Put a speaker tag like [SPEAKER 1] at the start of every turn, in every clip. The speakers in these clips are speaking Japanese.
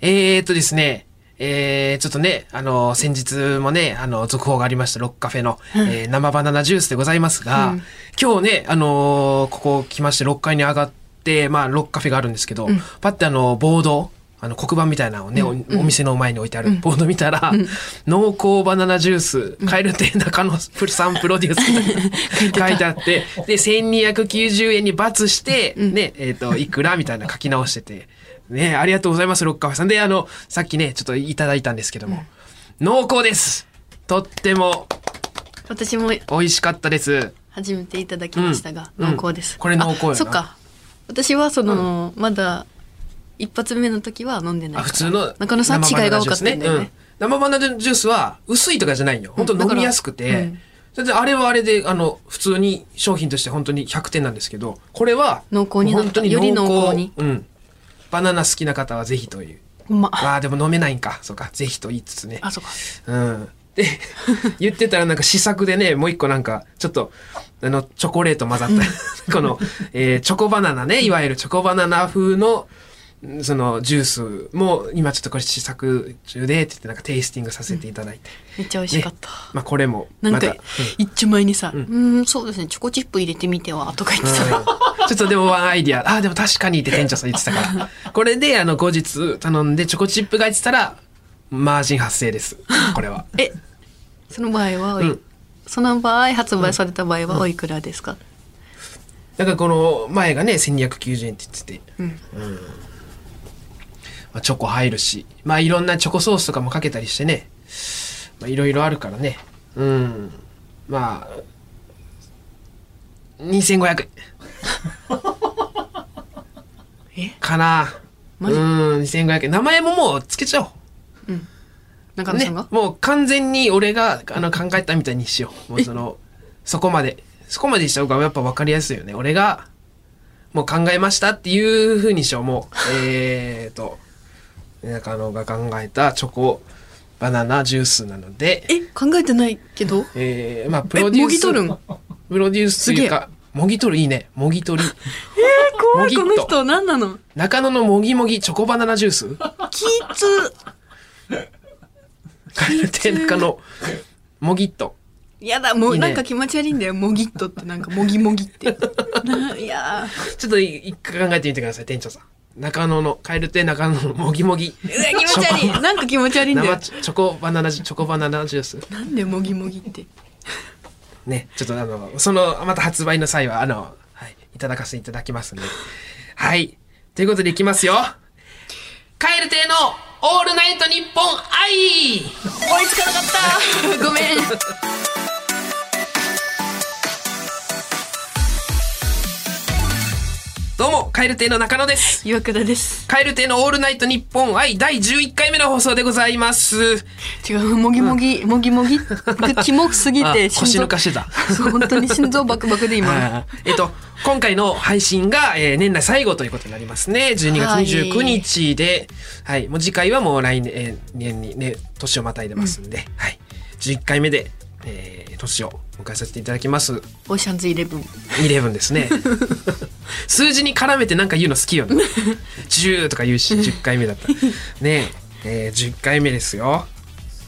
[SPEAKER 1] えー、っとですね、えー、ちょっとね、あの、先日もね、あの、続報がありました、ロックカフェの、えー生バナナジュースでございますが、今日ね、あのーここ来まして、6階に上がって、まあ、ロックカフェがあるんですけど、パッてあの、ボード、あの、黒板みたいなのをね、おお店の前に置いてあるボード見たら、濃厚バナナジュース、カエル亭中野プルさんプロデュースみたいな 書いてあって、で、1290円に罰して、ね、えっ、と、いくらみたいな書き直してて、ね、ありがとうございます、ロッカーさん。で、あの、さっきね、ちょっといただいたんですけども、濃厚ですとっても
[SPEAKER 2] 私も
[SPEAKER 1] 美味しかったです。
[SPEAKER 2] 初めていただきましたが、
[SPEAKER 1] うん
[SPEAKER 2] 濃厚です、
[SPEAKER 1] うんこれ濃厚よな
[SPEAKER 2] あそっか私はその、まだ一発目の時は飲んでない
[SPEAKER 1] あ、普通の
[SPEAKER 2] 中野さん
[SPEAKER 1] 生
[SPEAKER 2] 違い
[SPEAKER 1] バナナ
[SPEAKER 2] が多
[SPEAKER 1] ジュー
[SPEAKER 2] かっ
[SPEAKER 1] ス
[SPEAKER 2] たんだよね
[SPEAKER 1] うん生バナナジュースは薄いとかじゃないよ。本当
[SPEAKER 2] だ
[SPEAKER 1] 飲
[SPEAKER 2] から
[SPEAKER 1] みやすくて。
[SPEAKER 2] うん
[SPEAKER 1] それであれはあれで、あの、普通に商品として本当に100点なんですけど、これは、
[SPEAKER 2] 濃厚になった
[SPEAKER 1] 本当に
[SPEAKER 2] より濃厚に
[SPEAKER 1] うん。バナナ好きな方はぜひという。
[SPEAKER 2] うまあ
[SPEAKER 1] ああ、でも飲めないんか。そうか。ぜひと言いつつね。
[SPEAKER 2] あそっか
[SPEAKER 1] うん。で、 言ってたらなんか試作でね、もう一個なんか、ちょっと、あの、チョコレート混ざった、この、えーチョコバナナね、いわゆるチョコバナナ風の、んその、ジュースも、今ちょっとこれ試作中で、って言ってなんかテイスティングさせていただいて。
[SPEAKER 2] めっちゃ美味しかった、
[SPEAKER 1] まあ、これも、
[SPEAKER 2] なん
[SPEAKER 1] ま
[SPEAKER 2] か、
[SPEAKER 1] た。うん
[SPEAKER 2] 一丁前にさ、うーん、そうですね、チョコチップ入れてみては、とか言って
[SPEAKER 1] う
[SPEAKER 2] さ、
[SPEAKER 1] んちょっとでもワンアイディア、ああー、でも確かにって店長さん言ってたから。これで、あの、後日頼んでチョコチップが入ってたら、マージン発生です。これは。
[SPEAKER 2] え、その場合はおい、
[SPEAKER 1] うん
[SPEAKER 2] その場合、発売された場合はおいくらですか、
[SPEAKER 1] だからこの前がね1290円って言ってて、うんまあ、チョコ入るしまあいろんなチョコソースとかもかけたりしてねまあいろいろあるからねうんまあ2500円
[SPEAKER 2] え
[SPEAKER 1] かなう
[SPEAKER 2] マジ
[SPEAKER 1] ん2500円名前ももうつけちゃおう
[SPEAKER 2] 中野
[SPEAKER 1] ね
[SPEAKER 2] さんが、、
[SPEAKER 1] もう完全に俺があの考えたみたいにしようもうそのそこまでそこまでにした方がやっぱ分かりやすいよね俺がもう考えましたっていうふうにしようもうえーと中野が考えたチョコバナナジュースなので
[SPEAKER 2] え、考えてないけど、
[SPEAKER 1] えー、まあプロデュース
[SPEAKER 2] もぎ取るん
[SPEAKER 1] プロデュースというかもぎ取るいいねもぎ取り
[SPEAKER 2] 怖い、
[SPEAKER 1] も
[SPEAKER 2] こ
[SPEAKER 1] ぎっ
[SPEAKER 2] の
[SPEAKER 1] と
[SPEAKER 2] 人、何なの
[SPEAKER 1] 中野のもぎもぎチョコバナナジュー ス
[SPEAKER 2] キーツ
[SPEAKER 1] カエ ル亭中野もぎっと
[SPEAKER 2] やだ、もう
[SPEAKER 1] いいね
[SPEAKER 2] なんか気持ち悪いんだよ、もぎっとって、なんか、もぎも ぎって。ないや
[SPEAKER 1] ちょっとい一回考えてみてください、店長さん。中野の、蛙亭中野のもぎもぎ。
[SPEAKER 2] ー、うわ気持ち悪い、なんか気持ち悪いんだ
[SPEAKER 1] 生
[SPEAKER 2] よ。
[SPEAKER 1] チチョコバナナジュ、チョコバナナジュース。
[SPEAKER 2] なんでもぎもぎって。
[SPEAKER 1] ね、ちょっとあの、その、また発売の際は、あの、はい、いただかせていただきますんで。はい。ということでいきますよ。蛙亭のオールナイトニッポン愛
[SPEAKER 2] 追いつかなかったごめん。
[SPEAKER 1] どうも、蛙亭の中野です。
[SPEAKER 2] 岩倉です。
[SPEAKER 1] 蛙亭のオールナイトニッポン愛第11回目の放送でございます。
[SPEAKER 2] 違う、もぎもぎ、もぎもぎ、キモすぎ
[SPEAKER 1] あ
[SPEAKER 2] て、
[SPEAKER 1] 腰抜かしてた。
[SPEAKER 2] そう本当に心臓バクバク で今
[SPEAKER 1] えっと、今回の配信が、えー年内最後ということになりますね。12月29日で、はい、もう次回はもう来年、えー年にね、年をまたいでますんで、はい。11回目で、えー年を迎えさせていただきます。
[SPEAKER 2] オーシャンズイレブン
[SPEAKER 1] 11です ね。数字に絡めてなんか言うの好きよね。10とか言うし、10回目だったら。ねえ、えー10回目ですよ。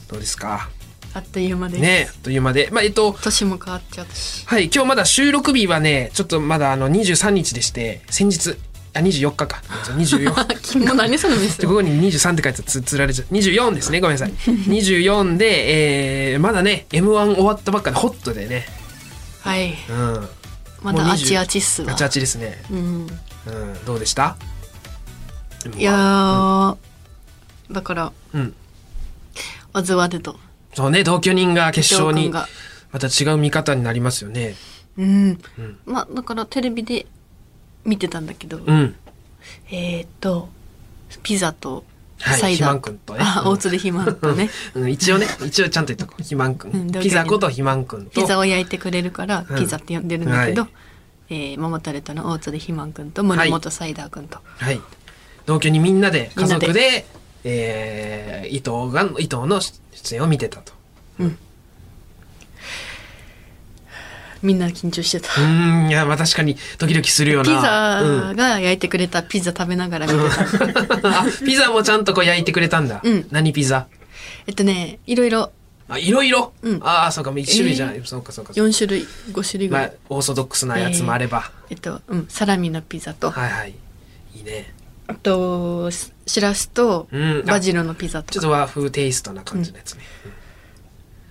[SPEAKER 1] どうですか
[SPEAKER 2] あっという間です、
[SPEAKER 1] ねえ、あっという間で。まあ、えっと、
[SPEAKER 2] 年も変わっちゃった し
[SPEAKER 1] はい、今日まだ収録日はね、ちょっとまだあの23日でして、先日、あ、24日か。24
[SPEAKER 2] あ君も何そのミス
[SPEAKER 1] でここに23って書いてつつられちゃう。24ですね、ごめんなさい。24で、えー、まだね、M1 終わったばっかでホットでね。
[SPEAKER 2] はい
[SPEAKER 1] うん。
[SPEAKER 2] ま
[SPEAKER 1] もう
[SPEAKER 2] だ
[SPEAKER 1] 20
[SPEAKER 2] あちあちっす
[SPEAKER 1] ガ
[SPEAKER 2] わ
[SPEAKER 1] チガチですね。
[SPEAKER 2] うん
[SPEAKER 1] うん。どうでした
[SPEAKER 2] いやー、だから
[SPEAKER 1] うん。
[SPEAKER 2] オズワルド
[SPEAKER 1] そうね、同居人が決勝
[SPEAKER 2] 伊藤君
[SPEAKER 1] に、
[SPEAKER 2] が
[SPEAKER 1] また違う見方になりますよね。
[SPEAKER 2] うん、まあだからテレビで見てたんだけど、
[SPEAKER 1] うん。
[SPEAKER 2] えーっとピザと
[SPEAKER 1] はい
[SPEAKER 2] サイダー
[SPEAKER 1] 肥満君とね
[SPEAKER 2] あ
[SPEAKER 1] うん
[SPEAKER 2] 大津で肥満 とね
[SPEAKER 1] うん、一応ね、一応ちゃんと言っとこう。肥満く
[SPEAKER 2] うん
[SPEAKER 1] ん。
[SPEAKER 2] 同居人
[SPEAKER 1] ピザこと肥満くんと。
[SPEAKER 2] ピザを焼いてくれるから、
[SPEAKER 1] うん
[SPEAKER 2] ピザって呼んでるんだけど、
[SPEAKER 1] はい
[SPEAKER 2] えーママタルトの大津で肥満くんと森本サイダーくんと、
[SPEAKER 1] はい。同居にみんなで、
[SPEAKER 2] み
[SPEAKER 1] 家
[SPEAKER 2] んなで
[SPEAKER 1] 族で、えー、伊藤が、伊藤の出演を見てたと。
[SPEAKER 2] 見みんな緊張してた。
[SPEAKER 1] うーんいやまあ確かにドキドキするような
[SPEAKER 2] ピザ
[SPEAKER 1] うん
[SPEAKER 2] が焼いてくれたピザ食べながら見てた。
[SPEAKER 1] あピザもちゃんとこう焼いてくれたんだ、
[SPEAKER 2] うん
[SPEAKER 1] 何ピザ
[SPEAKER 2] えっとね、いろいろ
[SPEAKER 1] あいろいろ、
[SPEAKER 2] うん
[SPEAKER 1] ああそうかもう一種類じゃない、
[SPEAKER 2] えー
[SPEAKER 1] そうかそうかそうか
[SPEAKER 2] 4種類、5種類ぐ
[SPEAKER 1] ま
[SPEAKER 2] ら
[SPEAKER 1] あ
[SPEAKER 2] い。
[SPEAKER 1] オーソドックスなやつもあれば、
[SPEAKER 2] えっと、うん、サラミのピザと、
[SPEAKER 1] はいはいいいね
[SPEAKER 2] あと、ししらすと
[SPEAKER 1] うん、
[SPEAKER 2] バジルのピザと
[SPEAKER 1] ちょっ
[SPEAKER 2] か。
[SPEAKER 1] と和風テイストな感じのやつね、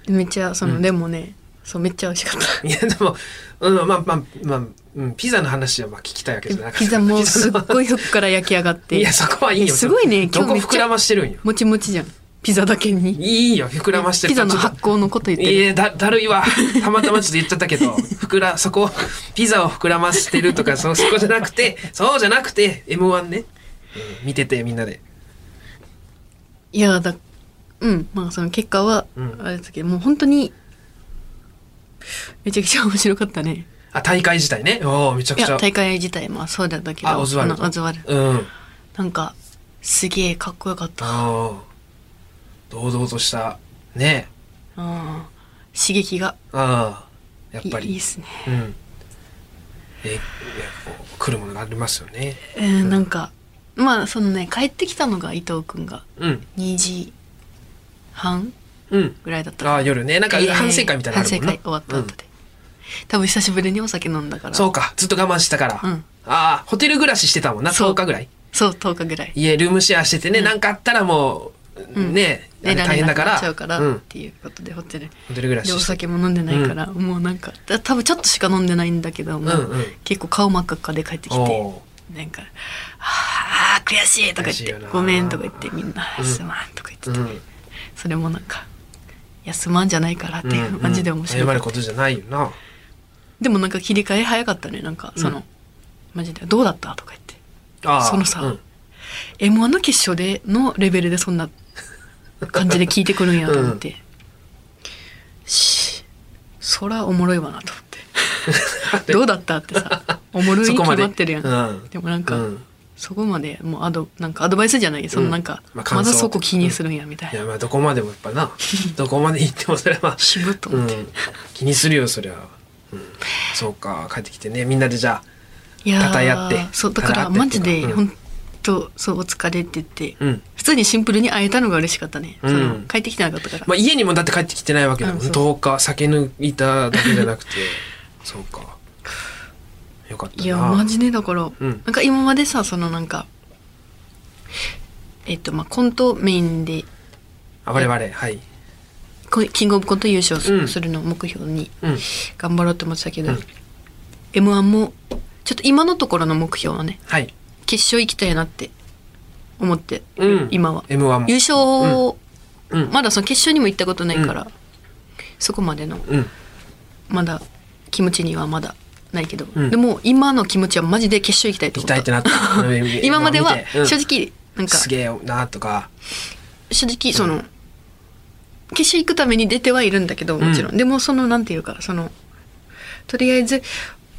[SPEAKER 2] めっちゃ、その、でもね、そう、めっちゃ美味しかった。
[SPEAKER 1] いやでも、うん、まあまあまあ、うん、ピザの話はまあ聞きたいわけじゃなかった
[SPEAKER 2] ピザも すっ
[SPEAKER 1] の
[SPEAKER 2] ごいふっから焼き上がって
[SPEAKER 1] いやそこはいいよ
[SPEAKER 2] すごいね
[SPEAKER 1] どこ
[SPEAKER 2] 今日めっちゃ
[SPEAKER 1] 膨らましてるんよ
[SPEAKER 2] もちもちじゃんピザだけに
[SPEAKER 1] いいよ膨らましてる
[SPEAKER 2] ピザの発酵のこと言って
[SPEAKER 1] い
[SPEAKER 2] る
[SPEAKER 1] やだだるいわたまたまちょっと言っちゃったけど膨らそこピザを膨らましてるとかそそこじゃなくてそうじゃなくて m 1ね、うん見ててみんなで
[SPEAKER 2] いやだうんまあその結果は
[SPEAKER 1] うん
[SPEAKER 2] あれですけど、もう本当にめちゃくちゃ面白かったね
[SPEAKER 1] あ大会自体ねおおめちゃ
[SPEAKER 2] い
[SPEAKER 1] くち
[SPEAKER 2] や
[SPEAKER 1] ゃ
[SPEAKER 2] 大会自体もそうだったけど
[SPEAKER 1] あオズワルド
[SPEAKER 2] あのオズワルド
[SPEAKER 1] うん
[SPEAKER 2] なんかすげえかっこよかった
[SPEAKER 1] あー堂々としたね
[SPEAKER 2] うん刺激が
[SPEAKER 1] ああやっ
[SPEAKER 2] い
[SPEAKER 1] ぱり
[SPEAKER 2] いいっすね
[SPEAKER 1] うんえいやこう来るものがありますよね
[SPEAKER 2] えーなんかまあそのね帰ってきたのが伊藤君が
[SPEAKER 1] うん
[SPEAKER 2] 2時半
[SPEAKER 1] うん
[SPEAKER 2] ぐらいだったから
[SPEAKER 1] ああ夜ねなんか反省会みたいなのあるもんな、
[SPEAKER 2] 反省会終わった
[SPEAKER 1] うん
[SPEAKER 2] 後で、多分久しぶりにお酒飲んだから
[SPEAKER 1] そうかずっと我慢したから、
[SPEAKER 2] うん
[SPEAKER 1] ああホテル暮らししてたもんな
[SPEAKER 2] そ
[SPEAKER 1] 10
[SPEAKER 2] う
[SPEAKER 1] 日ぐらい
[SPEAKER 2] そう10日ぐらい
[SPEAKER 1] 家ルームシェアしててね
[SPEAKER 2] うん
[SPEAKER 1] なんかあったらもう
[SPEAKER 2] うん
[SPEAKER 1] ねあれ
[SPEAKER 2] 寝ら
[SPEAKER 1] 大
[SPEAKER 2] れ
[SPEAKER 1] 変だ
[SPEAKER 2] なく
[SPEAKER 1] か
[SPEAKER 2] な
[SPEAKER 1] ら
[SPEAKER 2] っちゃうから
[SPEAKER 1] う
[SPEAKER 2] っ
[SPEAKER 1] ん
[SPEAKER 2] ていうことでホテル
[SPEAKER 1] ホテル暮らし
[SPEAKER 2] でお
[SPEAKER 1] して
[SPEAKER 2] 酒も飲んでないから、もうなんかだ多分ちょっとしか飲んでないんだけども、
[SPEAKER 1] うんうん
[SPEAKER 2] 結構顔真っ赤っかで帰ってきて
[SPEAKER 1] お
[SPEAKER 2] なんか「あー悔しい」とか言
[SPEAKER 1] 悔
[SPEAKER 2] っ
[SPEAKER 1] しい
[SPEAKER 2] て
[SPEAKER 1] よな
[SPEAKER 2] 「ごめん」とか言ってみんな「
[SPEAKER 1] うん
[SPEAKER 2] すまん」とか言って
[SPEAKER 1] ー
[SPEAKER 2] た、
[SPEAKER 1] うん
[SPEAKER 2] それもなんか「いやすまんじゃないから」っていううん感じで面白い、
[SPEAKER 1] 謝ることじゃないよな
[SPEAKER 2] でもなんか切り替え早かったねなんかその、
[SPEAKER 1] うん
[SPEAKER 2] マジで「どうだった?」とか言って
[SPEAKER 1] あー
[SPEAKER 2] そのさ
[SPEAKER 1] うん
[SPEAKER 2] m 1の決勝でのレベルでそんな感じで聞いてくるんやと思って、しそらおもろいわなと思 ってどうだったってさおもろいに
[SPEAKER 1] そ
[SPEAKER 2] 決
[SPEAKER 1] こまで
[SPEAKER 2] まってるやん、
[SPEAKER 1] うん
[SPEAKER 2] でもなんか、
[SPEAKER 1] うん
[SPEAKER 2] そこまでもうアドなんかアドバイスじゃないそのなん
[SPEAKER 1] う
[SPEAKER 2] か、
[SPEAKER 1] んまあ
[SPEAKER 2] ま
[SPEAKER 1] 感想
[SPEAKER 2] だそこ気にするんやみたい
[SPEAKER 1] い
[SPEAKER 2] な、
[SPEAKER 1] やまあどこまでもやっぱ などこまで行ってもそれは
[SPEAKER 2] 渋っと
[SPEAKER 1] う
[SPEAKER 2] 思
[SPEAKER 1] ん
[SPEAKER 2] って、い
[SPEAKER 1] 気にするよそりゃうんそうか帰ってきてねみんなでじゃ
[SPEAKER 2] やー
[SPEAKER 1] たたえ合って
[SPEAKER 2] そうだか
[SPEAKER 1] たたえ合
[SPEAKER 2] ら
[SPEAKER 1] って
[SPEAKER 2] マジで
[SPEAKER 1] うん
[SPEAKER 2] 本当そうお疲れって言って、
[SPEAKER 1] あうん
[SPEAKER 2] 普通にシンプルに会えたのが嬉しかったね、
[SPEAKER 1] うん
[SPEAKER 2] その帰ってきてなかったから、
[SPEAKER 1] まあ家にもだって帰ってきてないわけだもん
[SPEAKER 2] うんそ
[SPEAKER 1] 10日酒抜いただけじゃなくて そうかよかったない
[SPEAKER 2] やマジでだから、
[SPEAKER 1] ん
[SPEAKER 2] なんか今までさそのなんかえっとまあコントメインで
[SPEAKER 1] あ我々はい
[SPEAKER 2] こキングオブコント優勝す,、
[SPEAKER 1] うん
[SPEAKER 2] るのを目標に
[SPEAKER 1] うん
[SPEAKER 2] 頑張ろうと思ってたけ
[SPEAKER 1] う
[SPEAKER 2] ど、
[SPEAKER 1] ん
[SPEAKER 2] m 1もちょっと今のところの目標はね
[SPEAKER 1] はい
[SPEAKER 2] 決勝行きたいなって思ってる、
[SPEAKER 1] うん
[SPEAKER 2] 今は
[SPEAKER 1] M1 も
[SPEAKER 2] 優勝を、
[SPEAKER 1] うん
[SPEAKER 2] まだその決勝にも行ったことないから、そこまでの
[SPEAKER 1] うん
[SPEAKER 2] まだ気持ちにはまだないけど、
[SPEAKER 1] うん
[SPEAKER 2] でも今の気持ちはマジで決勝行きたいと
[SPEAKER 1] 行
[SPEAKER 2] 思
[SPEAKER 1] き
[SPEAKER 2] った
[SPEAKER 1] たいってなった
[SPEAKER 2] 今までは正
[SPEAKER 1] 直
[SPEAKER 2] 直なんか
[SPEAKER 1] すげえなとか
[SPEAKER 2] 正直その決勝行くために出てはいるんだけどもちろん、
[SPEAKER 1] う
[SPEAKER 2] でもそのなんていうかそのとりあえず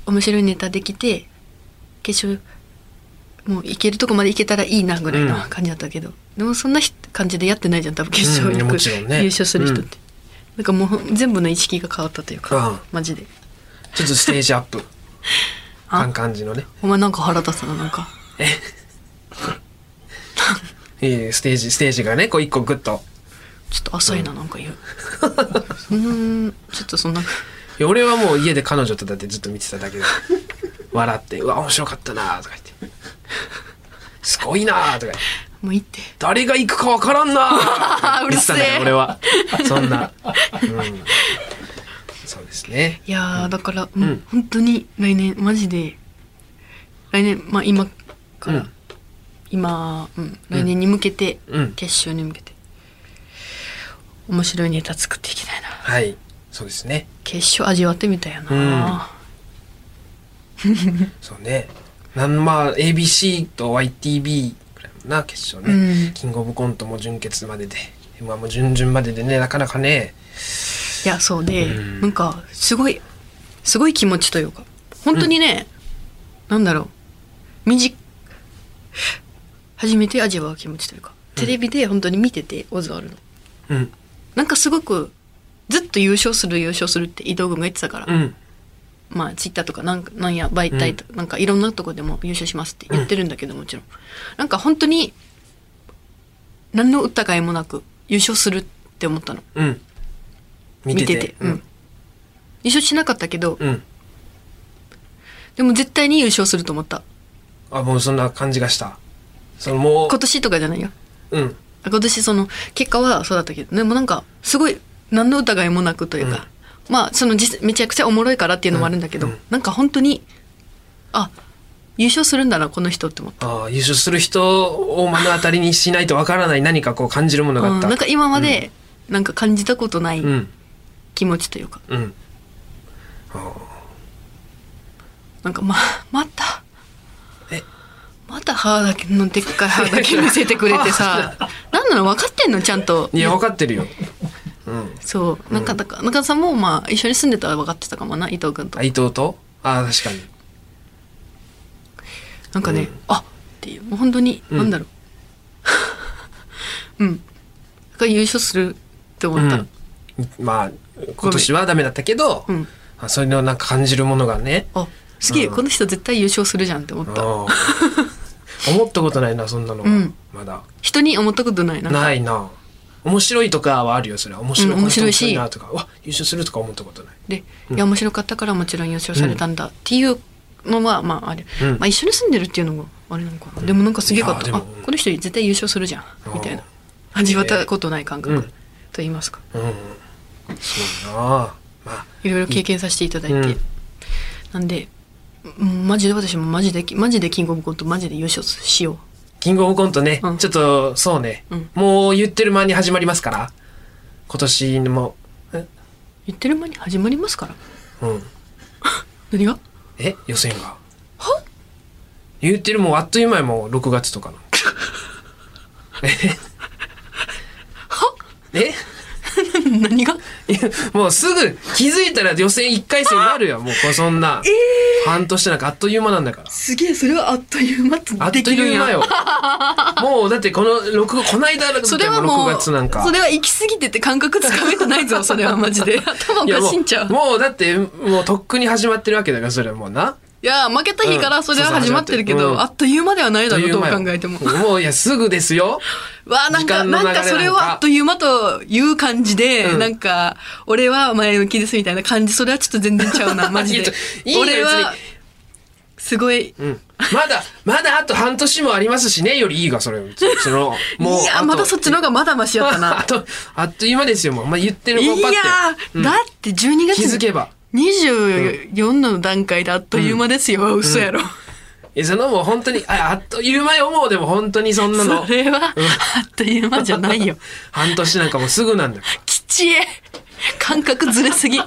[SPEAKER 2] 面白いネタできて決勝もう行けるとこまで行けたらいいなぐらいの
[SPEAKER 1] うん
[SPEAKER 2] 感じだったけど、でもそんなひ感じでやってないじゃん多分決勝行
[SPEAKER 1] うん
[SPEAKER 2] く、
[SPEAKER 1] もちろんね
[SPEAKER 2] 優勝する人って、なんかもうほん全部の意識が変わったというか、
[SPEAKER 1] うん
[SPEAKER 2] マジで
[SPEAKER 1] ちょっとステージアップ
[SPEAKER 2] あ
[SPEAKER 1] 感感じのね
[SPEAKER 2] お前なんか腹立つななんか
[SPEAKER 1] えーステージステージがねこう一個グッと
[SPEAKER 2] ちょっと浅いななん か言う、そん、ちょっとそんない
[SPEAKER 1] や俺はもう家で彼女とだってずっと見てた だけで笑って「うわ面白かったな」とか言って「すごいな」とか言って
[SPEAKER 2] もういいって
[SPEAKER 1] 「誰が行くかわからんな」
[SPEAKER 2] うるせ
[SPEAKER 1] 言ってたん
[SPEAKER 2] え
[SPEAKER 1] だよ俺はそんな、うん、そうですね
[SPEAKER 2] いやー、だから、
[SPEAKER 1] ん
[SPEAKER 2] もう本当に来年マジで来年まあ今から、
[SPEAKER 1] うん
[SPEAKER 2] 今、うん、来年に向けて、
[SPEAKER 1] うん
[SPEAKER 2] 決勝に向けて面白いネタ作っていきたいな
[SPEAKER 1] はいそうですね
[SPEAKER 2] 決勝味わってみたいやな、
[SPEAKER 1] そうねなんまあ ABC と YTB くらいもな決勝ね、
[SPEAKER 2] うん
[SPEAKER 1] キングオブコントも準決までで m 1も準々まででねなかなかね
[SPEAKER 2] いやそうで、
[SPEAKER 1] うん
[SPEAKER 2] なんかすごいすごい気持ちというか本当にね、なんだろうみじ初めて味わう気持ちというかテレビで本当に見てて、オズワルド
[SPEAKER 1] うん
[SPEAKER 2] なんかすごくずっと優勝する優勝するって伊藤君が言ってたから、
[SPEAKER 1] うん
[SPEAKER 2] まあ、ツイッターとかなんかなんや媒体と、なんかいろんなとこでも優勝しますって言ってるんだけど、もちろんなんか本当に何の疑いもなく優勝するって思ったの
[SPEAKER 1] うん。見
[SPEAKER 2] 見て
[SPEAKER 1] て
[SPEAKER 2] て
[SPEAKER 1] て。
[SPEAKER 2] うん優勝しなかったけど、
[SPEAKER 1] うん。
[SPEAKER 2] でも絶対に優勝すると思った
[SPEAKER 1] あ、もうそんな感じがした。そのも
[SPEAKER 2] 今年とかじゃないよ
[SPEAKER 1] う、うん。
[SPEAKER 2] 今年その結果はそうだったけどでもなんかすごい何の疑いもなくというか、まあその実めちゃくちゃおもろいからっていうのもあるんだけど、
[SPEAKER 1] うんうん
[SPEAKER 2] なんか本当にあ優勝するんだなこの人って思った、
[SPEAKER 1] ああ、優勝する人を目の当たりにしないとわからない何かこう感じるものがあ
[SPEAKER 2] う
[SPEAKER 1] っ
[SPEAKER 2] ん、
[SPEAKER 1] た。
[SPEAKER 2] なんか今までなんか感じたことない
[SPEAKER 1] うん。
[SPEAKER 2] 気持ちというか、
[SPEAKER 1] うん。
[SPEAKER 2] なんかままた
[SPEAKER 1] え
[SPEAKER 2] また歯だけのでっかい歯だけ見せてくれ てさなんなの分かってんのちゃんと
[SPEAKER 1] いや、わかってるよ。うん。
[SPEAKER 2] そう中田か中田さんもまあ一緒に住んでたら分かってたかもな伊藤君と
[SPEAKER 1] あ伊藤とああ、確かに。
[SPEAKER 2] なんかね、
[SPEAKER 1] うん
[SPEAKER 2] あっていうもう本当に、
[SPEAKER 1] うん
[SPEAKER 2] なんだろう うんが優勝するって思った、
[SPEAKER 1] うん、まあ今年はダメだったけど、
[SPEAKER 2] うん
[SPEAKER 1] あそれのなんか感じるものがね
[SPEAKER 2] あすげえ、
[SPEAKER 1] うん
[SPEAKER 2] この人絶対優勝するじゃんって思った
[SPEAKER 1] あー思ったことないなそんなのは、
[SPEAKER 2] うん
[SPEAKER 1] まだ
[SPEAKER 2] 人に思ったことないな
[SPEAKER 1] ないな面白いとかはあるよそれは面白い、
[SPEAKER 2] うん面白いし
[SPEAKER 1] この人なとかうわ優勝するとか思ったことない
[SPEAKER 2] で、いや面白かったからもちろん優勝されたんだっていうのは、まああれ、
[SPEAKER 1] うん
[SPEAKER 2] まあ一緒に住んでるっていうのもあれなのかな、でもなんかすげえかっ
[SPEAKER 1] い
[SPEAKER 2] た
[SPEAKER 1] や
[SPEAKER 2] あ
[SPEAKER 1] でもうん
[SPEAKER 2] この人絶対優勝するじゃん
[SPEAKER 1] ー
[SPEAKER 2] みたいな味わったことない感覚、
[SPEAKER 1] うん
[SPEAKER 2] と言いますか
[SPEAKER 1] うんそうなまあ
[SPEAKER 2] いろいろ経験させていただいて、
[SPEAKER 1] うん
[SPEAKER 2] なんで、うん、マジで私もマジでマジでキングオブコントマジで優勝しよ
[SPEAKER 1] キングオブコントね、
[SPEAKER 2] うん
[SPEAKER 1] ちょっとそうね、
[SPEAKER 2] うん
[SPEAKER 1] もう言ってる間に始まりますから今年もえ
[SPEAKER 2] う言ってる間に始まりますから
[SPEAKER 1] うん
[SPEAKER 2] 何が
[SPEAKER 1] え予選がは言ってるもうあっという間やもう6月とかのええ
[SPEAKER 2] 何が
[SPEAKER 1] いやもうすぐ気づいたら予選1回戦になる よもうこれそんな、半年なんかあっという間なんだから
[SPEAKER 2] すげえそれはあっという間
[SPEAKER 1] あっ
[SPEAKER 2] で
[SPEAKER 1] と
[SPEAKER 2] きるん
[SPEAKER 1] いう
[SPEAKER 2] や
[SPEAKER 1] 間よもうだってこの6こないだだって
[SPEAKER 2] それはも
[SPEAKER 1] 6
[SPEAKER 2] う
[SPEAKER 1] 月なんか
[SPEAKER 2] それは行き過ぎてて感覚つかめて ないぞそれはマジで頭お
[SPEAKER 1] いや
[SPEAKER 2] か
[SPEAKER 1] も
[SPEAKER 2] しいんちゃう
[SPEAKER 1] うもうだってもうとっくに始まってるわけだからそれはもうない
[SPEAKER 2] や負けた日からそれは始まってるけ
[SPEAKER 1] そうそう
[SPEAKER 2] ど、
[SPEAKER 1] 始ま
[SPEAKER 2] あ
[SPEAKER 1] っ
[SPEAKER 2] っという間ではないだろうどう
[SPEAKER 1] あっという
[SPEAKER 2] 考
[SPEAKER 1] 間
[SPEAKER 2] え
[SPEAKER 1] よ
[SPEAKER 2] ても
[SPEAKER 1] もういやすぐですよ
[SPEAKER 2] わあなん
[SPEAKER 1] 時
[SPEAKER 2] か
[SPEAKER 1] 間の流
[SPEAKER 2] な
[SPEAKER 1] れ
[SPEAKER 2] ん
[SPEAKER 1] なん
[SPEAKER 2] か
[SPEAKER 1] か
[SPEAKER 2] それはあっという間という感じで、
[SPEAKER 1] うん
[SPEAKER 2] なんか俺は前向きですみたいな感じそれはちょっと全然ちゃ うなマジ
[SPEAKER 1] いい
[SPEAKER 2] で
[SPEAKER 1] といいよ
[SPEAKER 2] 俺
[SPEAKER 1] 別
[SPEAKER 2] は
[SPEAKER 1] に
[SPEAKER 2] すごい
[SPEAKER 1] うんまだ、まだあと半年もありますしね、よりいいが、それ。その、もう。
[SPEAKER 2] いや
[SPEAKER 1] あと
[SPEAKER 2] まだそっちの方がまだマシやっ た
[SPEAKER 1] あ
[SPEAKER 2] な
[SPEAKER 1] と、あっという間ですよ、もう。まあ、言ってる
[SPEAKER 2] いや
[SPEAKER 1] もんパって。
[SPEAKER 2] ーだって12
[SPEAKER 1] 気づ
[SPEAKER 2] 月
[SPEAKER 1] けば。
[SPEAKER 2] 24の段階であっという間ですよ、嘘やろ、
[SPEAKER 1] え、そのもう本当に、ああっという間よ、もうでも本当にそんなの
[SPEAKER 2] そ。れ はあっという間じゃないよ
[SPEAKER 1] 半年なんかもうすぐなんだよ。
[SPEAKER 2] きちえ感覚ずれすぎ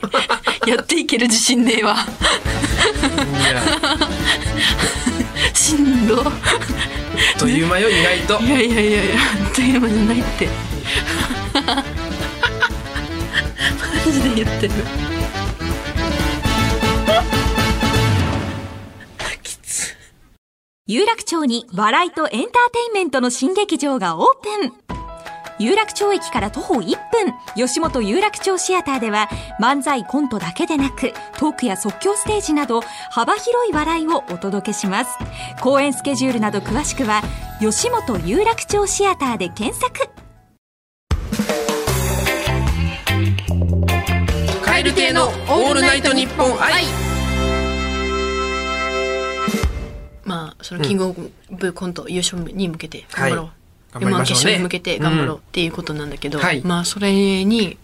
[SPEAKER 2] やっていける自信ねえわ
[SPEAKER 1] いや
[SPEAKER 2] しんど
[SPEAKER 1] あっという間よ、意外 と
[SPEAKER 2] い。やいやいやいや、あっという間じゃないって。マジで言ってる。
[SPEAKER 3] 有楽町に笑いとエンターテインメントの新劇場がオープン有楽町駅から徒歩1分吉本有楽町シアターでは漫才コントだけでなくトークや即興ステージなど幅広い笑いをお届けします公演スケジュールなど詳しくは吉本有楽町シアターで検索
[SPEAKER 1] カエル亭のオールナイトニッポン愛。
[SPEAKER 2] まあ、そのキングオブコント優勝に向けて頑張ろう。
[SPEAKER 1] はい
[SPEAKER 2] でま
[SPEAKER 1] 頑張
[SPEAKER 2] あ
[SPEAKER 1] りまし
[SPEAKER 2] 決
[SPEAKER 1] ょうね
[SPEAKER 2] 勝に向けて頑張ろうっていうことなんだけど、
[SPEAKER 1] うんはい
[SPEAKER 2] まあそれに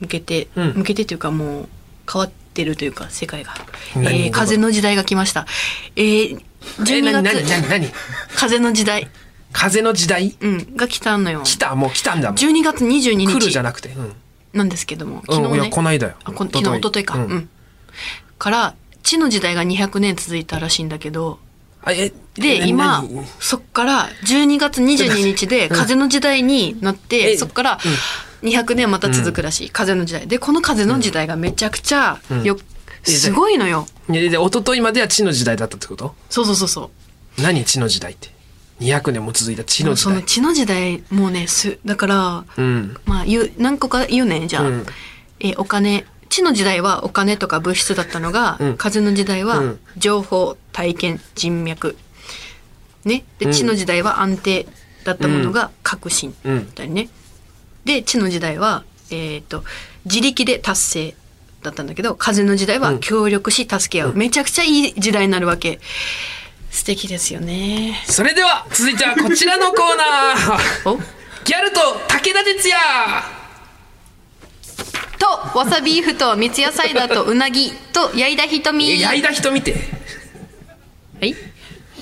[SPEAKER 2] 向けて、
[SPEAKER 1] うん
[SPEAKER 2] 向けてというかもう変わってるというか世界が、え
[SPEAKER 1] 何
[SPEAKER 2] ー、風の時代が来ましたえー、
[SPEAKER 1] え、な
[SPEAKER 2] 12
[SPEAKER 1] になにな
[SPEAKER 2] 月
[SPEAKER 1] になに
[SPEAKER 2] 風の時代、
[SPEAKER 1] 風の時代
[SPEAKER 2] うん、が来たのよ
[SPEAKER 1] 来た、もう来たんだもん。
[SPEAKER 2] 12月22日
[SPEAKER 1] 来るじゃなくて。うん。
[SPEAKER 2] なんですけども
[SPEAKER 1] うん
[SPEAKER 2] 昨日
[SPEAKER 1] い
[SPEAKER 2] ね
[SPEAKER 1] や、こないだよ。
[SPEAKER 2] あこ昨日一昨日か、うんから地の時代が200年続いたらしいんだけど
[SPEAKER 1] あえ
[SPEAKER 2] で
[SPEAKER 1] な
[SPEAKER 2] 今
[SPEAKER 1] 何
[SPEAKER 2] そっから12月22日で風の時代になって、
[SPEAKER 1] え
[SPEAKER 2] そっから200年また続くらしい、風の時代でこの風の時代がめちゃくちゃよ、
[SPEAKER 1] え
[SPEAKER 2] すごいのよ
[SPEAKER 1] いやで、一昨日までは地の時代だったってこと
[SPEAKER 2] そうそうそうそう
[SPEAKER 1] 何地の時代って。200年も続いた地の時
[SPEAKER 2] その
[SPEAKER 1] 代。
[SPEAKER 2] 地の時代もうねすだから
[SPEAKER 1] うん。
[SPEAKER 2] まあ言う何個か言うねじゃあ、
[SPEAKER 1] うん
[SPEAKER 2] えお金地の時代はお金とか物質だったのが、
[SPEAKER 1] うん
[SPEAKER 2] 風の時代
[SPEAKER 1] う
[SPEAKER 2] は
[SPEAKER 1] ん
[SPEAKER 2] 情報、体験、人脈。ね。で、地の時代は安定だったものが革新。
[SPEAKER 1] う
[SPEAKER 2] み
[SPEAKER 1] ん。
[SPEAKER 2] たいなね。で、地の時代は、えっ、と、自力で達成だったんだけど、風の時代は協力し助け合う。めちゃくちゃいい時代になるわけ。素敵ですよね。
[SPEAKER 1] それでは、続いてはこちらのコーナー
[SPEAKER 2] お
[SPEAKER 1] ギャルと武田鉄矢
[SPEAKER 2] と、わさビーフと三ツ矢サイダーとうなぎと矢井田ひとみ。
[SPEAKER 1] 矢井田人見て。
[SPEAKER 2] はい。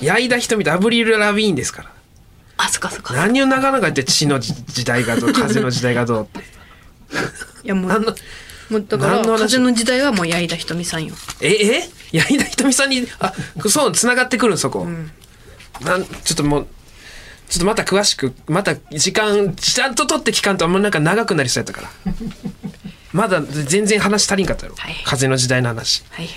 [SPEAKER 1] 矢井田人見て、アブリル・ラビーンですから。
[SPEAKER 2] あ、そっかそっか。い
[SPEAKER 1] 何をなかなか言って、地の時代がどう、風の時代がどうって。
[SPEAKER 2] やも
[SPEAKER 1] 何
[SPEAKER 2] う、
[SPEAKER 1] の、
[SPEAKER 2] もうだから、
[SPEAKER 1] 何の話
[SPEAKER 2] 風の時代はもう矢井田ひとみさんよ。
[SPEAKER 1] え、え矢井田人見さんに、あ、そう、繋がってくるん、そこ。なん、ちょっともう、ちょっとまた詳しく、また時間、ちゃんと取って聞かんと、あんまなんか長くなりそうやったから。まだ全然話足りんかったやろ。
[SPEAKER 2] はい
[SPEAKER 1] 風の時代の話。
[SPEAKER 2] はい。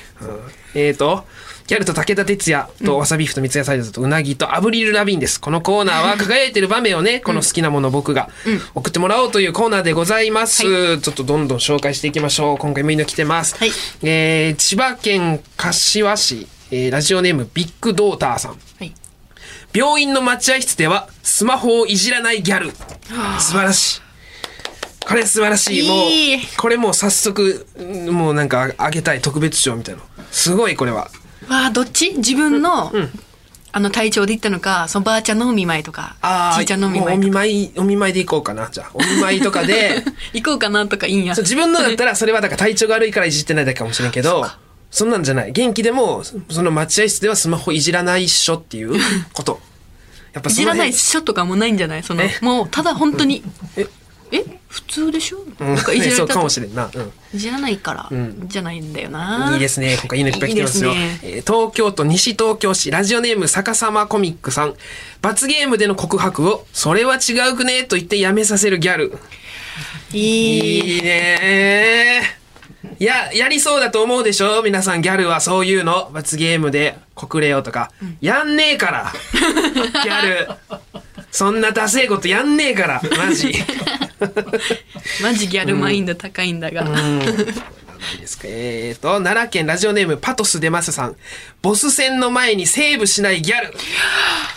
[SPEAKER 1] えーと、ギャルと武田鉄矢とわさビーフと三ツ矢サイダーとうなぎとアブリル・ラビンです。このコーナーは輝いてる場面をね、この好きなものを僕が送ってもらおうというコーナーでございます。ちょっとどんどん紹介していきましょう。今回もいいの来てます。
[SPEAKER 2] はい
[SPEAKER 1] えー千葉県柏市、えーラジオネームビッグドーターさん。
[SPEAKER 2] はい。
[SPEAKER 1] 病院の待合室ではスマホをいじらないギャル。素晴らしい。これ素晴らしい。もう
[SPEAKER 2] いい、
[SPEAKER 1] これもう早速、うんもうなんかあげたい特別賞みたいな。すごいこれは。
[SPEAKER 2] わあ、どっち自分の、あの体調で行ったのか、そのばあちゃんのお見舞いとか、
[SPEAKER 1] あ
[SPEAKER 2] じ
[SPEAKER 1] あ
[SPEAKER 2] いちゃんのお見
[SPEAKER 1] もう
[SPEAKER 2] 舞
[SPEAKER 1] お
[SPEAKER 2] いと
[SPEAKER 1] 見
[SPEAKER 2] か。
[SPEAKER 1] 舞い、お見舞いで行こうかな。じゃあ、お見舞いとかで、
[SPEAKER 2] 行こうかなとかいいんや
[SPEAKER 1] そう。自分のだったらそれはだから体調が悪いからいじってないだけかもしれんけど、そんなんじゃない。元気でも、そその待合室ではスマホいじらないっしょっていうこと。やっぱ
[SPEAKER 2] い
[SPEAKER 1] そ
[SPEAKER 2] じ
[SPEAKER 1] の
[SPEAKER 2] らな
[SPEAKER 1] 辺
[SPEAKER 2] い書とかもないんじゃないその
[SPEAKER 1] え、
[SPEAKER 2] もう、ただ本当に。
[SPEAKER 1] え
[SPEAKER 2] え普通でしょ
[SPEAKER 1] うん
[SPEAKER 2] なんかいじら
[SPEAKER 1] そ
[SPEAKER 2] れ
[SPEAKER 1] う
[SPEAKER 2] た
[SPEAKER 1] か
[SPEAKER 2] と
[SPEAKER 1] もしれんな。うん
[SPEAKER 2] いじらないから、じゃないんだよな。
[SPEAKER 1] いいですね。今回いいのいっぱい来てますよ。
[SPEAKER 2] いいですね
[SPEAKER 1] えー東京都西東京市ラジオネーム逆さまコミックさん。罰ゲームでの告白を、それは違うくねと言ってやめさせるギャル。
[SPEAKER 2] いい。
[SPEAKER 1] いいねーいや、やりそうだと思うでしょ皆さんギャルはそういうの。罰ゲームで告れよとか。やんねえからギャル。そんなダセえことやんねえからマジ。
[SPEAKER 2] マジギャルマインド高いんだが。
[SPEAKER 1] いいですか えーと、奈良県ラジオネームパトスデマスさん。ボス戦の前にセーブしないギャル。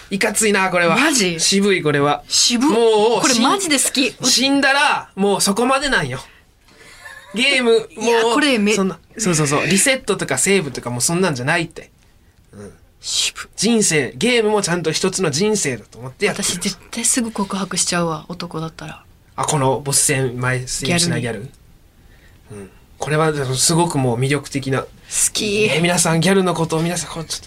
[SPEAKER 1] いかついな、これは。
[SPEAKER 2] マジ
[SPEAKER 1] 渋い、これは。
[SPEAKER 2] 渋っ
[SPEAKER 1] もう
[SPEAKER 2] これ
[SPEAKER 1] しん
[SPEAKER 2] マジで好き。
[SPEAKER 1] 死んだら、もうそこまでなんよ。ゲーム、もう。
[SPEAKER 2] いやこれめ
[SPEAKER 1] そんな、そうそうそう。リセットとかセーブとかもうそんなんじゃないって。
[SPEAKER 2] 渋。
[SPEAKER 1] 人生、ゲームもちゃんと一つの人生だと思ってやってる
[SPEAKER 2] 私絶対すぐ告白しちゃうわ、男だったら。
[SPEAKER 1] あ、このボス戦前、セーブしないギャル。うん。これは、すごくもう魅力的な。
[SPEAKER 2] 好き。
[SPEAKER 1] ね皆さんギャルのことを皆さんこうちょ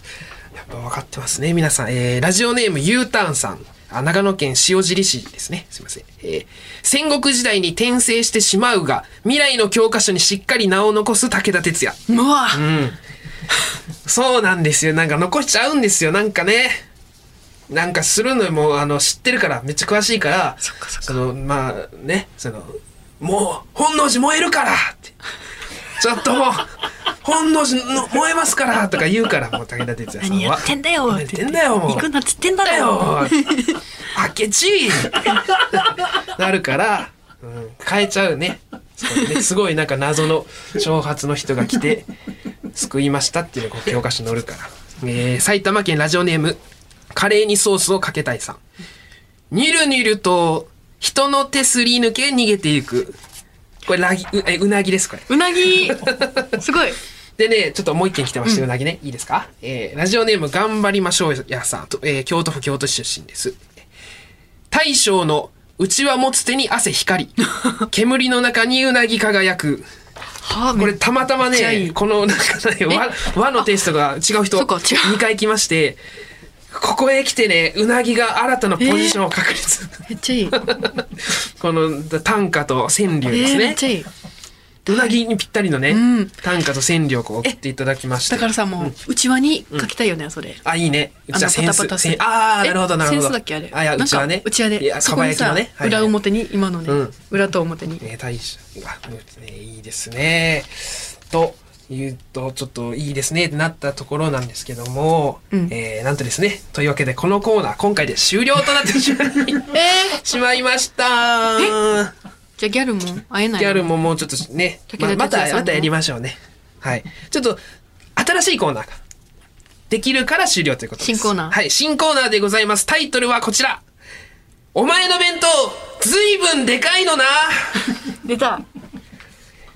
[SPEAKER 1] っとやっぱ分かってますね皆さん、えーラジオネーム U ターンさんあ長野県塩尻市ですねすいません、えー戦国時代に転生してしまうが未来の教科書にしっかり名を残す武田鉄矢
[SPEAKER 2] うわ、
[SPEAKER 1] そうなんですよなんか残しちゃうんですよなんかねなんかするのもあの知ってるからめっちゃ詳しいから
[SPEAKER 2] そっかそっか
[SPEAKER 1] のまあねそのもう本能寺燃えるからってちょっともう本能寺の燃えますからとか言うからもう武田鉄矢さんは
[SPEAKER 2] 何やってんだよ
[SPEAKER 1] 何やってんだよもう
[SPEAKER 2] 行くなっつってんだ
[SPEAKER 1] だ
[SPEAKER 2] ろ。
[SPEAKER 1] よ 明智なるから、うん、変えちゃうねそうねすごいなんか謎の挑発の人が来て救いましたっていうのがこう教科書に載るから、えー埼玉県ラジオネームカレーにソースをかけたいさんにるにると人の手すり抜け逃げていくこれラギうえうなぎですこれ
[SPEAKER 2] うなぎ。すごい。
[SPEAKER 1] でね、ちょっともう一件来てまして、うなぎね、いいですかえーラジオネーム頑張りましょうやさんと、えー京都府京都市出身です。大将の、うちは持つ手に汗光り、 煙の中にうなぎ輝く。
[SPEAKER 2] はあ、
[SPEAKER 1] これたまたま
[SPEAKER 2] めっちゃい
[SPEAKER 1] ね
[SPEAKER 2] い、
[SPEAKER 1] このなんかね、和和のテイストが違う人、
[SPEAKER 2] そっか違う
[SPEAKER 1] 2回来まして、ここへ来てね、うなぎが新たなポジションを確 立。
[SPEAKER 2] めっちゃいい。
[SPEAKER 1] この短歌と川柳です
[SPEAKER 2] えーめ
[SPEAKER 1] ね
[SPEAKER 2] っ。ちゃいい。
[SPEAKER 1] うなぎにぴったりのね、
[SPEAKER 2] ん
[SPEAKER 1] 短歌と川柳をこう送っていただきまして。
[SPEAKER 2] だからさ、もう、内輪に書きたいよね、それ。
[SPEAKER 1] あ、いいね。うちはセンス。
[SPEAKER 2] あのパタパタす
[SPEAKER 1] セ
[SPEAKER 2] る
[SPEAKER 1] ンああ、
[SPEAKER 2] え
[SPEAKER 1] なるほど、なるほど。
[SPEAKER 2] センスだっけあれ。
[SPEAKER 1] あ、いや、うちはね。
[SPEAKER 2] うちわ
[SPEAKER 1] いや、
[SPEAKER 2] で。
[SPEAKER 1] か
[SPEAKER 2] そこ
[SPEAKER 1] ば
[SPEAKER 2] に
[SPEAKER 1] 焼きの
[SPEAKER 2] さ
[SPEAKER 1] ね。、はいはい
[SPEAKER 2] 裏表に、今のね
[SPEAKER 1] うん、
[SPEAKER 2] 裏と表に。
[SPEAKER 1] えー、大使あうんねいいですね。というと、ちょっといいですねってなったところなんですけども、
[SPEAKER 2] うん
[SPEAKER 1] えーなんとですね、というわけでこの コーナー、今回で終了となってしまい
[SPEAKER 2] えー
[SPEAKER 1] しまいました。
[SPEAKER 2] じじゃあギャルも会えない
[SPEAKER 1] ギャルももうちょっとね、
[SPEAKER 2] 武
[SPEAKER 1] ま
[SPEAKER 2] 田
[SPEAKER 1] ま
[SPEAKER 2] 鉄矢さん
[SPEAKER 1] た、
[SPEAKER 2] の
[SPEAKER 1] またやりましょうね。はい。ちょっと、新しいコーナーが、できるから終了ということです。
[SPEAKER 2] 新コーナー
[SPEAKER 1] はい、新コーナーでございます。タイトルはこちら。お前の弁当、ずいぶんでかいのな。
[SPEAKER 2] 出た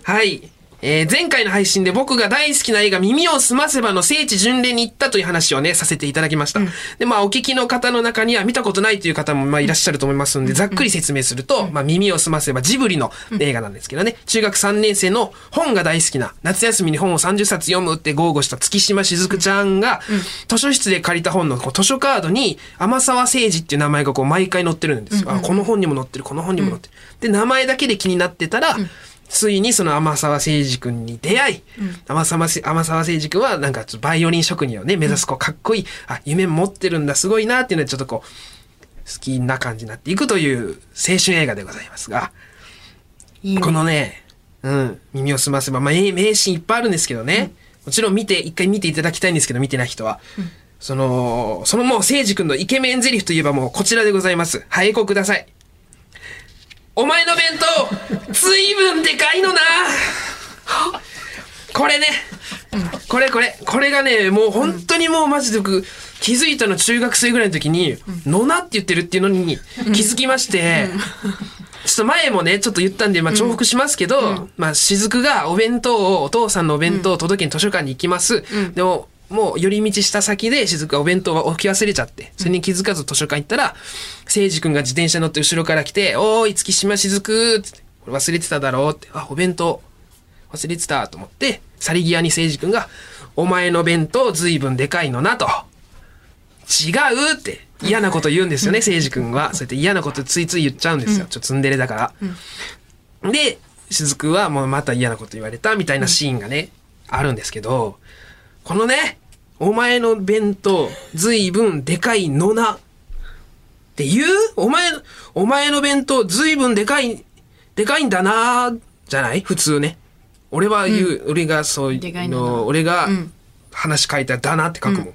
[SPEAKER 1] はい。えー前回の配信で僕が大好きな映画耳をすませばの聖地巡礼に行ったという話をね、させていただきました。で、まあ、お聞きの方の中には見たことないという方もまあいらっしゃると思いますので、ざっくり説明すると、まあ、耳をすませばジブリの映画なんですけどね、中学3年生の本が大好きな、夏休みに本を30冊読むって豪語した月島しずくちゃんが、図書室で借りた本のこう図書カードに、天沢誠治っていう名前がこう毎回載ってるんですよ。あ、この本にも載ってる、この本にも載ってる。で、名前だけで気になってたら、ついにその天沢誠二君に出会い、天沢せ天沢誠二君はなんかちょっとバイオリン職人をね目指すこうかっこいい、あ夢持ってるんだすごいなっていうのでちょっとこう好きな感じになっていくという青春映画でございますが、
[SPEAKER 2] いいね
[SPEAKER 1] このね、うん、耳を澄ませば、まあ、え名シーンいっぱいあるんですけどね、もちろん見て、一回見ていただきたいんですけど、見てない人は。その、そのもう、聖司君のイケメン台詞といえばもうこちらでございます。はい、こください。お前の弁当、ずいぶんでかいのなこれね、これこれ、これがね、もう本当にもうマジで僕、気づいたの中学生ぐらいの時に、のなって言ってるっていうのに気づきまして、ちょっと前もね、ちょっと言ったんで、まあ重複しますけど、まあ雫がお弁当を、お父さんのお弁当を届けに図書館に行きます。でも、もう寄り道した先で雫がお弁当を置き忘れちゃって、それに気づかず図書館行ったら、誠治君が自転車乗って後ろから来て、おーい、月島雫つって、これ忘れてただろうって、あ、お弁当忘れてたと思って、去り際に誠治君が、お前の弁当ずいぶんでかいのなと。違うって嫌なこと言うんですよね、誠治君は。そうやって嫌なことついつい言っちゃうんですよ。ちょっとツンデレだから。で、雫はもうまた嫌なこと言われたみたいなシーンがね、あるんですけど、このね、お前の弁当、ずいぶんでかいのな。って言うお前、お前の弁当ずいぶんでかい、でかいんだなじゃない普通ね。俺は言う、俺がそうい
[SPEAKER 2] でか
[SPEAKER 1] う
[SPEAKER 2] いのな
[SPEAKER 1] の、俺が
[SPEAKER 2] うん
[SPEAKER 1] 話書いたらだなって書くもん。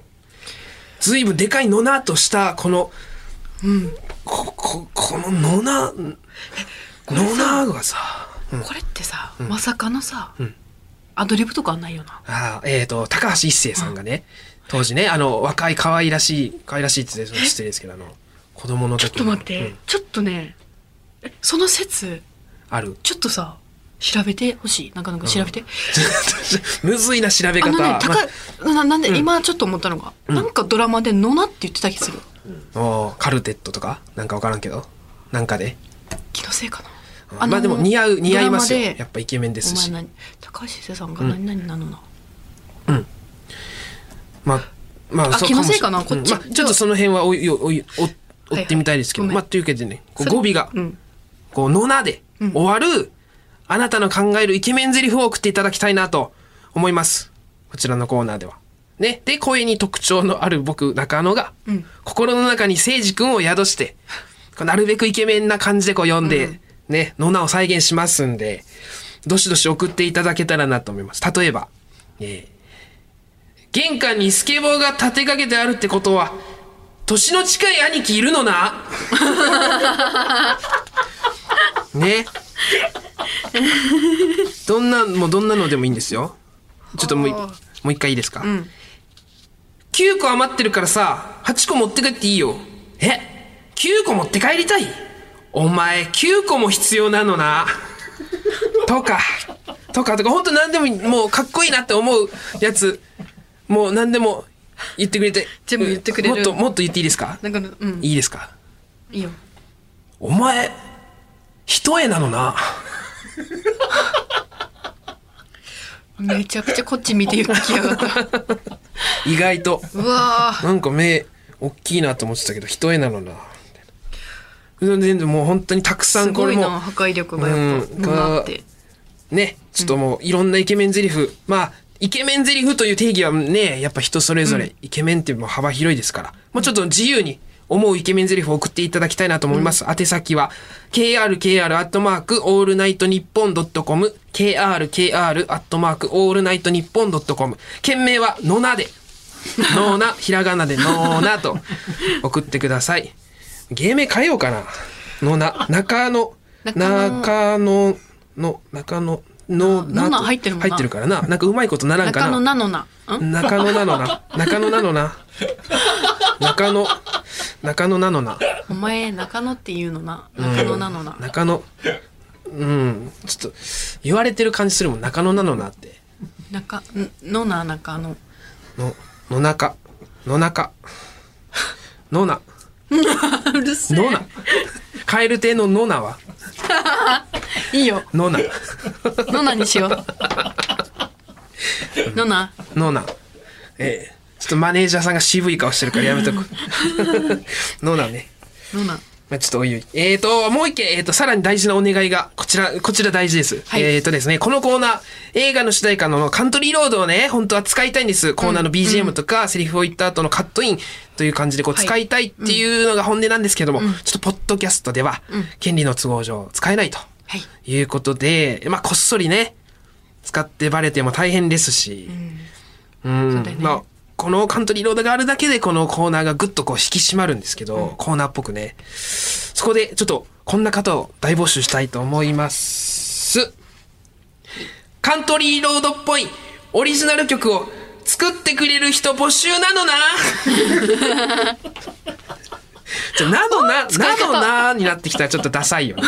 [SPEAKER 1] ずいぶんでかいのなとした、この、こ、こ、こののな、のながさ、
[SPEAKER 2] これってさ、まさかのさ、アドリブとかはないよな
[SPEAKER 1] あーえっ、と、高橋一生さんがね、当時ね、あの、若い、可愛らしい、可愛らしいって言ってたら失礼ですけど、あの、子供の時
[SPEAKER 2] ちょっと待って、
[SPEAKER 1] うん
[SPEAKER 2] ちょっとねえその説
[SPEAKER 1] ある。
[SPEAKER 2] ちょっとさ調べてほしいなかなか調べて、
[SPEAKER 1] むずいな調べ
[SPEAKER 2] あ
[SPEAKER 1] 方。
[SPEAKER 2] のね
[SPEAKER 1] まあ
[SPEAKER 2] 高ななんで、今ちょっと思ったのが、なんかドラマで「のな」って言ってた気する
[SPEAKER 1] おーカルテットとかなんか分からんけどなんかで、
[SPEAKER 2] 気のせいかな
[SPEAKER 1] うんまあでも似合う似合いますよ
[SPEAKER 2] ドラマで
[SPEAKER 1] やっぱイケメンです
[SPEAKER 2] お
[SPEAKER 1] し
[SPEAKER 2] 前何高橋一生さんが何々なのな、
[SPEAKER 1] まあまあ
[SPEAKER 2] あ
[SPEAKER 1] そう
[SPEAKER 2] 気のせいかな
[SPEAKER 1] もしれ
[SPEAKER 2] こっち
[SPEAKER 1] うんまあちょっとその辺はおいおいおいお追ってみたいですけど、
[SPEAKER 2] はいはいごめん
[SPEAKER 1] まあというわけでねこう
[SPEAKER 2] それ
[SPEAKER 1] 語尾が
[SPEAKER 2] うん
[SPEAKER 1] こう「のな」で終わる、あなたの考えるイケメン台詞を送っていただきたいなと思いますこちらのコーナーでは。ね、で声に特徴のある僕中野が、心の中に誠司君を宿してこうなるべくイケメンな感じでこう読んで、ね「のな」を再現しますんでどしどし送っていただけたらなと思います例えば、えー玄関にスケボーが立てかけてあるってことは年の近い兄貴いるのな ねどんなもうどんなのでもいいんですよちょっともうい
[SPEAKER 2] はあ
[SPEAKER 1] もう一回いいですか、9個余ってるからさ8個持って帰っていいよえ9個持って帰りたいお前9個も必要なのなとかとかとか本当何でもいいもうかっこいいなって思うやつもう何でも言ってくれて
[SPEAKER 2] 全部言ってくれる
[SPEAKER 1] もっともっと言っていいですか
[SPEAKER 2] なんかのうんい
[SPEAKER 1] いいですか
[SPEAKER 2] いよ
[SPEAKER 1] お前一重なのな
[SPEAKER 2] めちゃくちゃこっち見て言ってきやがった
[SPEAKER 1] 意外と
[SPEAKER 2] うわー
[SPEAKER 1] なんか目大きいなと思ってたけど一重なのなみたいな全然もう本当にたくさ
[SPEAKER 2] す
[SPEAKER 1] んこ
[SPEAKER 2] ご
[SPEAKER 1] れ
[SPEAKER 2] い
[SPEAKER 1] も
[SPEAKER 2] な破壊力がやっぱ、
[SPEAKER 1] うん
[SPEAKER 2] のなって
[SPEAKER 1] ね、ちょっともういろんなイケメン台詞、まあ、イケメン台詞という定義はね、やっぱ人それぞれ、イケメンってもう幅広いですから、もうちょっと自由に思うイケメン台詞を送っていただきたいなと思います。宛先は、krkr.allnightnippon.com、krkr.allnightnippon.com、件名は、のなで、 のな、ひらがなでのなと送ってください。芸名変えようかな。のな、中野、
[SPEAKER 2] 中
[SPEAKER 1] 中野の、中野の、
[SPEAKER 2] な
[SPEAKER 1] な
[SPEAKER 2] な入ってるもんな
[SPEAKER 1] 入ってるからな。なんかうまいことならんか
[SPEAKER 2] 中野
[SPEAKER 1] な。
[SPEAKER 2] なのな。ん
[SPEAKER 1] 中野なの な。中野なのな。中野、中野なのな。
[SPEAKER 2] お前、中野って言うのな。中野なのな。
[SPEAKER 1] 中野、うん。ちょっと、言われてる感じするもん。中野なのなって。
[SPEAKER 2] 中、んのな、中野。
[SPEAKER 1] の、の中。の中。のな。
[SPEAKER 2] うるせ
[SPEAKER 1] のな。カエル亭ののなは
[SPEAKER 2] え。いいよ。
[SPEAKER 1] のな。
[SPEAKER 2] のなにし よう。のな。
[SPEAKER 1] のな。ええ。ちょっとマネージャーさんが渋い顔してるからやめとく。のなね。
[SPEAKER 2] のな。
[SPEAKER 1] まあ、ちょっとおいおい。えっ、と、もう一件、えっ、と、さらに大事なお願いが、こちら、こちら大事です。
[SPEAKER 2] はい
[SPEAKER 1] えっ、とですね、このコーナー、映画の主題歌のカントリーロードをね、本当は使いたいんです。コーナーの BGM とか、セリフを言った後のカットインという感じで、こう、
[SPEAKER 2] はい
[SPEAKER 1] 使いたいっていうのが本音なんですけども、ちょっと、ポッドキャストでは、権利の都合上、使えないと
[SPEAKER 2] はい。
[SPEAKER 1] いうことで、まあ、こっそりね、使ってバレても大変ですし、うん
[SPEAKER 2] そうだよね
[SPEAKER 1] まあ、このカントリーロードがあるだけでこのコーナーがぐっとこう引き締まるんですけど、コーナーっぽくね。そこでちょっとこんな方を大募集したいと思います。カントリーロードっぽいオリジナル曲を作ってくれる人募集なのな ちょなのな、なのなになってきたらちょっとダサいよね。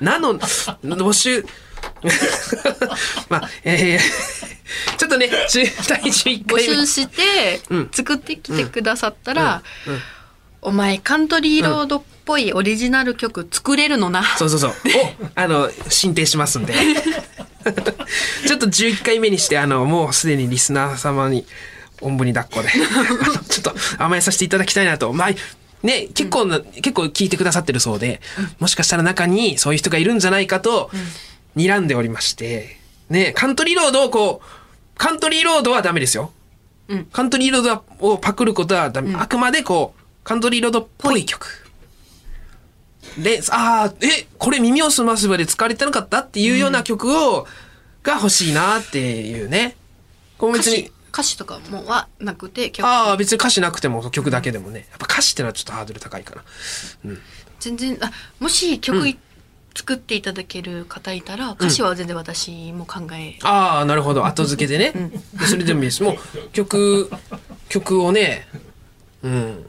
[SPEAKER 1] なの、募集。 まあ、えー、ちょっとね、中第11
[SPEAKER 2] 募
[SPEAKER 1] 回目
[SPEAKER 2] 集して
[SPEAKER 1] うん
[SPEAKER 2] 作ってきてくださったら、お前カントリーロードっぽいオリジナル曲作れるのな。
[SPEAKER 1] そうそうそう。を、あの、進呈しますんで。ちょっと11回目にして、あの、もうすでにリスナー様に、おんぶに抱っこで、あのちょっと甘えさせていただきたいなと。まあ、ね、結構な、結構聞いてくださってるそうで、もしかしたら中にそういう人がいるんじゃないかと、睨んでおりまして、ね、カントリーロードをこう、カントリーロードはダメですよ。
[SPEAKER 2] うん
[SPEAKER 1] カントリーロードをパクることはダメ。あくまでこう、カントリーロードっぽい曲。で、ああ、え、これ耳をすませばで使われてなかったっていうような曲を、が欲しいなっていうね。こう
[SPEAKER 2] 歌
[SPEAKER 1] 別
[SPEAKER 2] 詞
[SPEAKER 1] に、
[SPEAKER 2] 歌詞とかもはなくて曲
[SPEAKER 1] ああ、別に歌詞なくても曲だけでもね。やっぱ歌詞ってのはちょっとハードル高いかな。
[SPEAKER 2] 全然あもし曲い作っていただける方いたら歌詞は全然私も考え、
[SPEAKER 1] ああ、なるほど。後付けでね。でそれでもいいです。もう曲、曲をね、うん、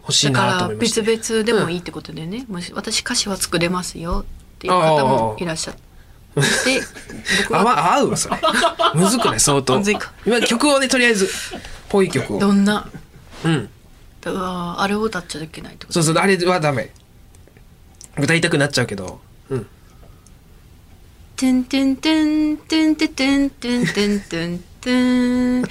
[SPEAKER 1] 欲しい
[SPEAKER 2] だ
[SPEAKER 1] なと
[SPEAKER 2] か
[SPEAKER 1] 思
[SPEAKER 2] ら
[SPEAKER 1] いました
[SPEAKER 2] 別
[SPEAKER 1] ね、
[SPEAKER 2] 々でもいいってことでね、もし私歌詞は作れますよっていう方もいらっしゃって僕
[SPEAKER 1] あ
[SPEAKER 2] は
[SPEAKER 1] わ合うわ、そ れ。むずくない相当
[SPEAKER 2] むずいか。
[SPEAKER 1] 今曲をね、とりあえず、ぽい曲を。
[SPEAKER 2] どんな
[SPEAKER 1] うん。
[SPEAKER 2] うわーあれを歌っちゃいけないってこと
[SPEAKER 1] そうそう、あれはダメ。歌いたくなっちゃうけど。うん。
[SPEAKER 2] トゥントゥントゥントゥントゥントゥントゥントゥントゥン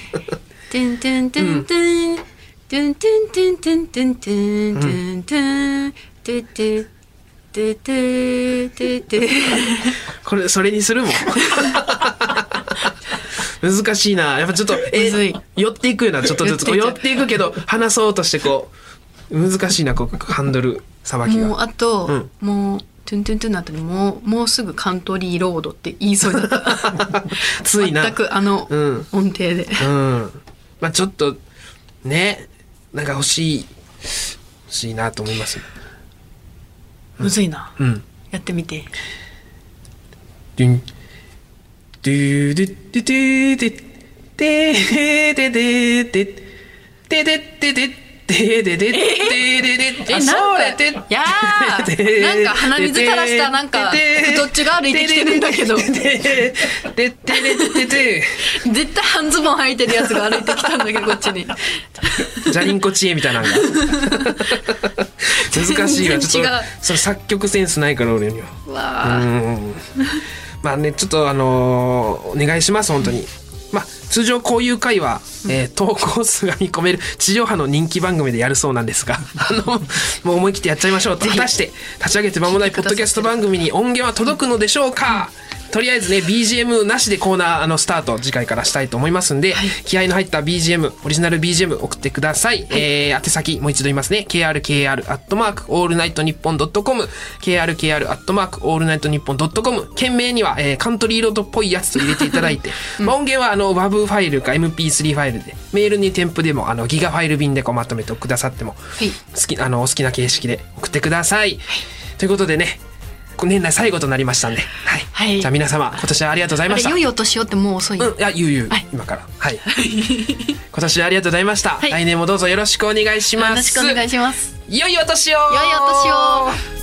[SPEAKER 2] トゥントゥントゥントゥントゥントゥントゥントゥントゥントゥントゥントゥントゥントゥントゥントゥントゥントゥントゥントゥン
[SPEAKER 1] これ、それにする もん。難しいな。やっぱちょっと、
[SPEAKER 2] むずい
[SPEAKER 1] 寄っていくよな、ちょっとずつ。こう
[SPEAKER 2] 寄
[SPEAKER 1] 寄
[SPEAKER 2] っ
[SPEAKER 1] ってていくけど、話そうとしてこう、難しいな、こう、ハンドルさばき
[SPEAKER 2] もう
[SPEAKER 1] が。
[SPEAKER 2] あと、
[SPEAKER 1] うん
[SPEAKER 2] もうトゥントゥントゥンの後にもうもうすぐカントリーロードって言いそうになった
[SPEAKER 1] ついな。
[SPEAKER 2] 全くあの、
[SPEAKER 1] うん
[SPEAKER 2] 音程で
[SPEAKER 1] うん。まあちょっと、ね、なんか欲しい、欲しいなと思います。
[SPEAKER 2] むずいな、
[SPEAKER 1] うん。
[SPEAKER 2] やってみて
[SPEAKER 1] ドゥン。ドゥドゥドゥドゥデーデデデデデデデデデデデデデデ
[SPEAKER 2] え、
[SPEAKER 1] あ
[SPEAKER 2] なんか、
[SPEAKER 1] それ
[SPEAKER 2] いやー、なんか鼻水垂らした、なんか、どっちが歩いてきてるんだけ ど、
[SPEAKER 1] で
[SPEAKER 2] 絶
[SPEAKER 1] でででで
[SPEAKER 2] 対半ズボン履いてるやつが歩いてきたんだけど、こっちに。
[SPEAKER 1] ジャリンコ知恵みたいなのが難しいわちょっ
[SPEAKER 2] 全然違う
[SPEAKER 1] とそれ作曲センスないから俺には
[SPEAKER 2] わー
[SPEAKER 1] うんまあねちょっとあのーお願いします本当に。まあ通常こういう回は、えー投稿数が見込める地上波の人気番組でやるそうなんですがあのもう思い切ってやっちゃいましょうと果たして立ち上げて間もないポッドキャスト番組に音源は届くのでしょうか、とりあえずね BGM なしでコーナーあのスタート次回からしたいと思いますんで、気合の入った BGM オリジナル BGM 送ってください、えー、宛先もう一度言いますね krkr アットマークオールナイトニッポンドットコム krkr アットマークオールナイトニッポンドットコム件名には、えーカントリーロードっぽいやつと入れていただいて、まあ、音源はあの WAV ファイルか MP3 ファイルでメールに添付でもあのギガファイル便でこうまとめてくださっても、
[SPEAKER 2] い
[SPEAKER 1] 好きあのお好きな形式で送ってください、ということでね年内最後となりましたんで、はい。
[SPEAKER 2] はい
[SPEAKER 1] じゃあ皆様、今年はありがとうござい
[SPEAKER 2] あ
[SPEAKER 1] ま
[SPEAKER 2] れ
[SPEAKER 1] した。
[SPEAKER 2] 良いお年をってもう遅い、
[SPEAKER 1] うん、いや、ゆうゆう、
[SPEAKER 2] はい
[SPEAKER 1] 今から。はい。今年はありがとうございました。
[SPEAKER 2] はい
[SPEAKER 1] 来年もどうぞよろしくお願いし
[SPEAKER 2] よ
[SPEAKER 1] ます。
[SPEAKER 2] ろしくお願いします
[SPEAKER 1] 良いお年を。良い
[SPEAKER 2] お年を。